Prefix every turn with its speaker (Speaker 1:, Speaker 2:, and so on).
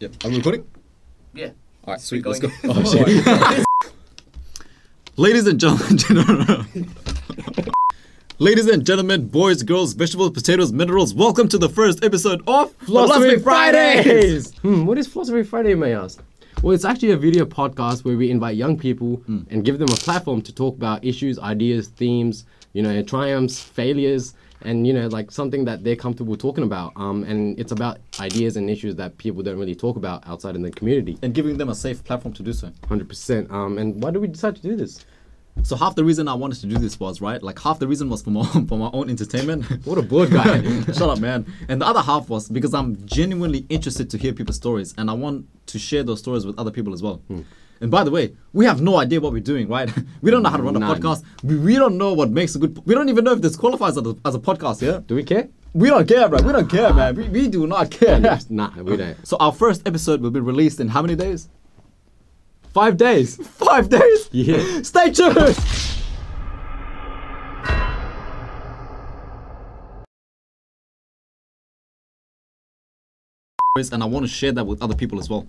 Speaker 1: Yep. Are we recording?
Speaker 2: Yeah.
Speaker 1: All right, sweet. Let's go.
Speaker 2: going.
Speaker 1: Oh, shit.
Speaker 3: Ladies and gentlemen, ladies and gentlemen, boys, girls, vegetables, potatoes, minerals, welcome to the first episode of Philosophy Fridays.
Speaker 4: Hmm, what is Philosophy Friday, you may ask? Well, it's actually a video podcast where we invite young people
Speaker 3: Hmm.
Speaker 4: and give them a platform to talk about issues, ideas, themes, you know, triumphs, failures, and you know, like something that they're comfortable talking about. Um, and it's about ideas and issues that people don't really talk about outside in the community.
Speaker 3: And giving them a safe platform to do so.
Speaker 4: Hundred percent. Um, and why did we decide to do this?
Speaker 3: So half the reason I wanted to do this was right, like half the reason was for my for my own entertainment.
Speaker 4: What a bored guy.
Speaker 3: Shut up, man. And the other half was because I'm genuinely interested to hear people's stories and I want to share those stories with other people as well.
Speaker 4: Hmm.
Speaker 3: And by the way, we have no idea what we're doing, right? We don't know how to run a
Speaker 4: None.
Speaker 3: podcast. We, we don't know what makes a good. We don't even know if this qualifies as a, as a podcast, yeah?
Speaker 4: Do we care?
Speaker 3: We don't care, bro. We don't care, man. We, we do not care.
Speaker 4: nah, we don't.
Speaker 3: so our first episode will be released in how many days? Five days. Five days?
Speaker 4: Yeah.
Speaker 3: Stay tuned. And I want to share that with other people as well.